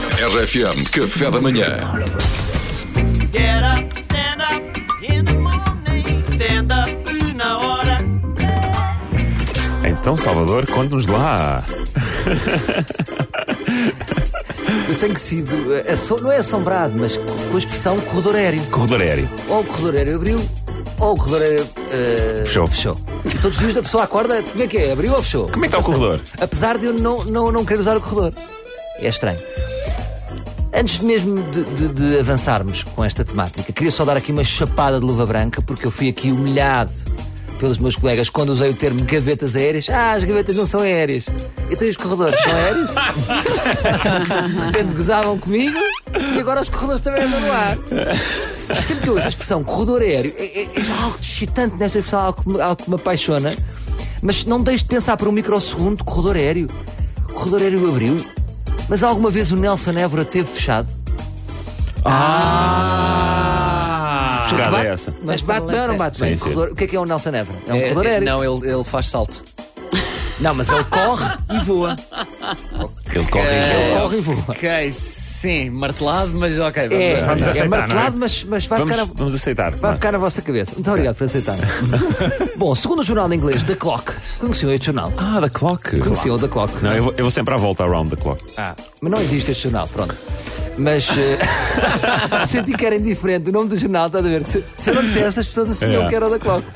RFM, café da manhã. Get up, stand up in the morning. Stand up na hora. Então, Salvador, conta-nos lá. Eu tenho sido, eh, assom- não é assombrado, mas co- com a expressão corredor aéreo. Corredor aéreo. Ou o corredor aéreo abriu, ou o corredor aéreo eh, Fechou. fechou. E todos os dias a pessoa acorda, como é que é? Abriu ou fechou? Como é que está o corredor? Apesar de eu não, não, não querer usar o corredor. É estranho. Antes mesmo de, de- de avançarmos com esta temática, queria só dar aqui uma chapada de luva branca, porque eu fui aqui humilhado pelos meus colegas quando usei o termo gavetas aéreas. Ah, as gavetas não são aéreas. Então e os corredores são aéreos? de repente gozavam comigo e agora os corredores também andam no ar. Sempre que eu uso a expressão corredor aéreo, é, é, é algo excitante nesta expressão, algo que, me, algo que me apaixona. Mas não deixo de pensar por um microsegundo: corredor aéreo. Corredor aéreo abriu. Mas alguma vez o Nelson Évora teve fechado? Ah, chegada é essa. Mas bate bem ou não bate bem? Sim, sim. Corredor- O que é que é o Nelson Évora? É um corredor É, é, aéreo. não, ele, ele faz salto. Não, mas ele corre e voa. Ele corre em Ele vela. corre e voa. Ok, sim, martelado, mas ok, É, vamos lá. vamos é aceitar, martelado, não é? mas, mas vai Vamos, ficar a- vamos aceitar. Vai ficar na vossa cabeça. Muito obrigado por aceitar. Bom, segundo o jornal inglês The Clock, conheciam este jornal? Ah, da clock. Conheciam o The Clock? Não, eu vou, eu vou sempre à volta around the clock. Ah, mas não existe este jornal, pronto. Mas eh, senti que era indiferente. O nome do jornal, está a ver? Se, se eu não dissesse, as pessoas assumiam É. que era o The Clock.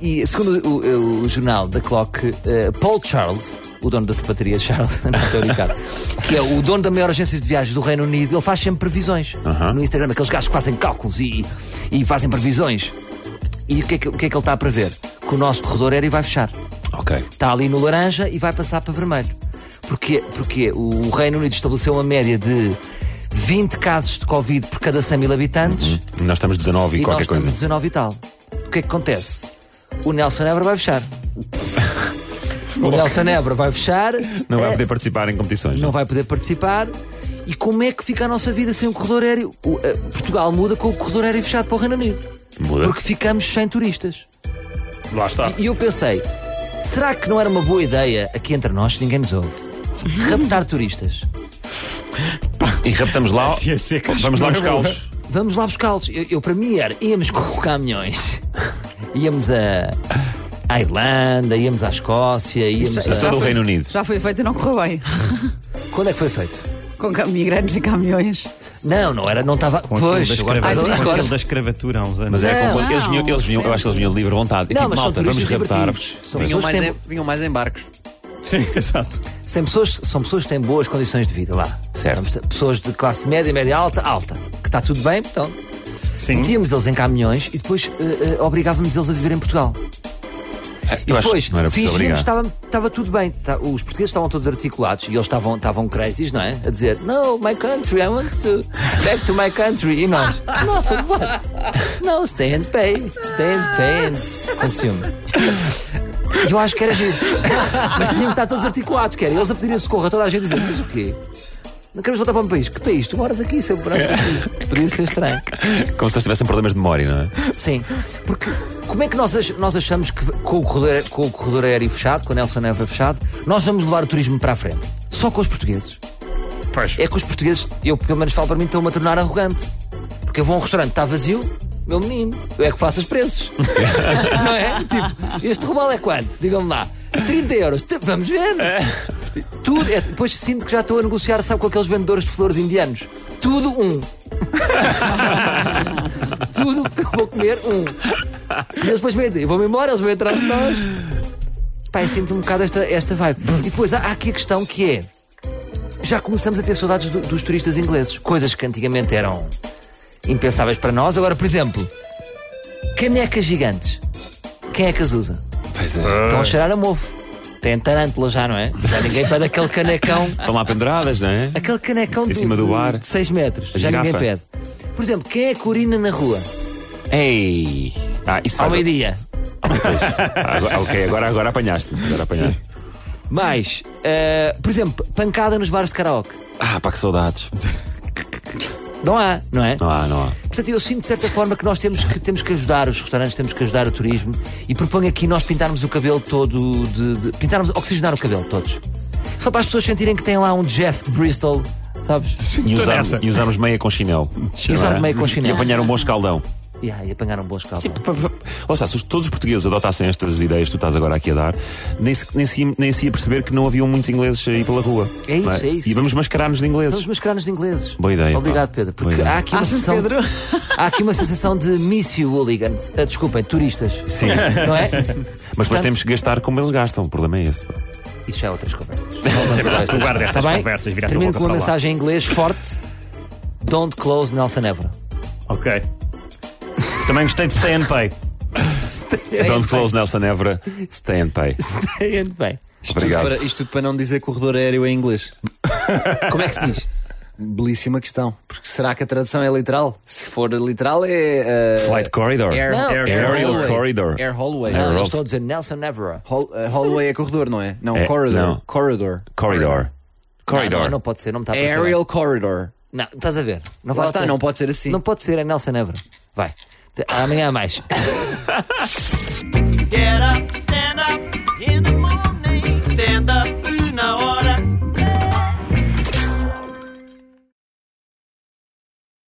E, e segundo o, o- o jornal The Clock, eh, Paul Charles, o dono da sapataria Charles, não estou a brincar, que é o dono da maior agência de viagens do Reino Unido, ele faz sempre previsões no Instagram, aqueles gajos que fazem cálculos e, e fazem previsões. E o que, é que, o que é que ele está a prever? Que o nosso corredor aéreo vai fechar Ok. está Tá ali no laranja e vai passar para vermelho. Porque, porque o Reino Unido estabeleceu uma média de 20 casos de Covid por cada 100 mil habitantes Nós estamos 19 Uhum. e, e nós qualquer estamos coisa. 19 e tal. O que é que acontece? O Nelson Évora vai fechar. o Nelson Évora vai fechar, Não vai eh, poder participar em competições. né? não Não, vai poder participar. E como é que fica a nossa vida sem o corredor aéreo? O, eh, Portugal muda com o corredor aéreo fechado para o Reino Unido. Muda. Porque ficamos sem turistas. Lá está. E eu pensei, será que não era uma boa ideia, aqui entre nós, ninguém nos ouve, raptar turistas? E raptamos lá. Vamos lá buscá-los. Vamos lá buscá-los. Eu, eu, para mim era, íamos com caminhões, íamos a, à Irlanda, íamos à Escócia, íamos Isso- isso a... é do Reino Unido. Já foi feito e não correu bem. Quando é que foi feito? Com cam- migrantes e caminhões. Não, não era, não estava... Pois, agora escrava- estás a- agora- da escravatura há uns anos. Mas é Não, com- eles, vinham, eles vinham, eu acho que eles vinham de livre vontade. É Não, tipo, mas são malta, vamos É, turistas raptar-vos. divertidos. São Vinham pessoas que mais, têm- em, vinham mais em barcos. Sim, exato. São pessoas, são pessoas que têm boas condições de vida lá. Certo. Vamos ter Pessoas de classe média, média alta, alta. Que está tudo bem, então. Hum? Sim. Metíamos eles em caminhões e depois eh, eh, obrigávamos eles a viver em Portugal. E Eu acho depois que não era preciso fingíamos que obrigar. estava, estava tudo bem. Tá- os portugueses estavam todos articulados e eles estavam, estavam crazies, não é? A dizer, no, my country, I want to back to my country. E nós, no, what? No, stay and pay, stay and pay and consume. E eu acho que era giro. Mas tínhamos de estar todos articulados, que era eles a pedirem socorro a toda a gente a dizer, mas o quê? Não queremos voltar para um país. Que país? Tu moras aqui, sempre moraste aqui. Podia ser estranho. Como se eles tivessem problemas de memória, não é? Sim, porque como é que nós, ach- nós achamos que com o, corredor, com o corredor aéreo fechado, com o Nelson Évora fechado, nós vamos levar o turismo para a frente? Só com os portugueses. Pois. É que os portugueses, eu pelo menos falo para mim, estão-me a tornar arrogante. Porque eu vou a um restaurante, está vazio, meu menino, eu é que faço os preços. Não é? Tipo, este robalo é quanto? Digam-me lá. 30 euros, T- vamos ver. Tudo, é, depois sinto que já estou a negociar, sabe, com aqueles vendedores de flores indianos. Tudo um. Tudo que eu vou comer, um. E eles depois mentem, eu vou-me embora, eles vão atrás de nós. Pá, eu sinto um bocado esta, esta vibe. E depois há, há aqui a questão que é: já começamos a ter saudades do- dos turistas ingleses, coisas que antigamente eram impensáveis para nós. Agora, por exemplo, canecas gigantes. Quem é que as usa? Pois é. Estão a cheirar a mofo. Tem tarântula já, não é? Já ninguém pede aquele canecão. Estão lá penduradas, não é? Aquele canecão Em de, cima do bar. 6 metros. A já ninguém pede. girafa. Por exemplo, quem é que urina na rua? Ei! Ah, isso Ao faz. meio-dia. Ah, agora- ok, agora, agora apanhaste. Agora apanhaste. Mais, eh, por exemplo, pancada nos bares de karaoke. Ah, pá, que saudades. Não há, não é? Não há, não há. Portanto, eu sinto de certa forma que nós temos que, temos que ajudar os restaurantes, temos que ajudar o turismo e proponho aqui nós pintarmos o cabelo todo, de, de- pintarmos, oxigenar o cabelo todos. Só para as pessoas sentirem que têm lá um Jeff de Bristol sabes? E Toda usarmos, essa. e usarmos meia com chinelo. E usar meio com E chinelo. apanhar um bom escaldão. E, ah, e apanhar um bom escaldo. Sim, pa- pa- ou seja, se os- todos os portugueses adotassem estas ideias que tu estás agora aqui a dar, nem se, nem, se, nem se ia perceber que não haviam muitos ingleses aí pela rua. É isso, Não é isso. E vamos mascarar-nos de ingleses. Vamos mascarar-nos de ingleses. Boa ideia, pá. Obrigado, Pedro. Porque Boa ideia. há aqui, uma Achas, sensação, Pedro? há aqui uma sensação de miss you hooligans. Ah, desculpem, turistas. Sim, mas Não é? depois Portanto, temos que gastar como eles gastam. O problema é esse. pá. Isso já é outras conversas. Tu guarda essas Está bem? conversas, vira a tua Termino boca com uma para lá. mensagem em inglês forte. Don't close Nelson Évora. Ok. Também gostei de Stay and Pay. Don't close Nelson Évora, stay and pay. Muito bem. Isto tudo, Obrigado. para, isto tudo para não dizer corredor aéreo em inglês. Como é que se diz? Belíssima questão. Porque será que a tradução é literal? Se for literal, é. eh, Flight corridor. air, Não. air, Aerial hallway. corridor. Air hallway. Não, eu Rolls. estou a dizer Nelson Évora. Hall- eh, hallway é corredor, não é? Não, É, corridor. não. Corridor. Corridor. Corridor. Não, não pode ser, não me está a É parecer. bem. Aerial corridor. Não, estás a ver. Não Lá vale a está, pena. não pode ser assim. Não pode ser, é Nelson Évora. Vai. Amanhã há mais.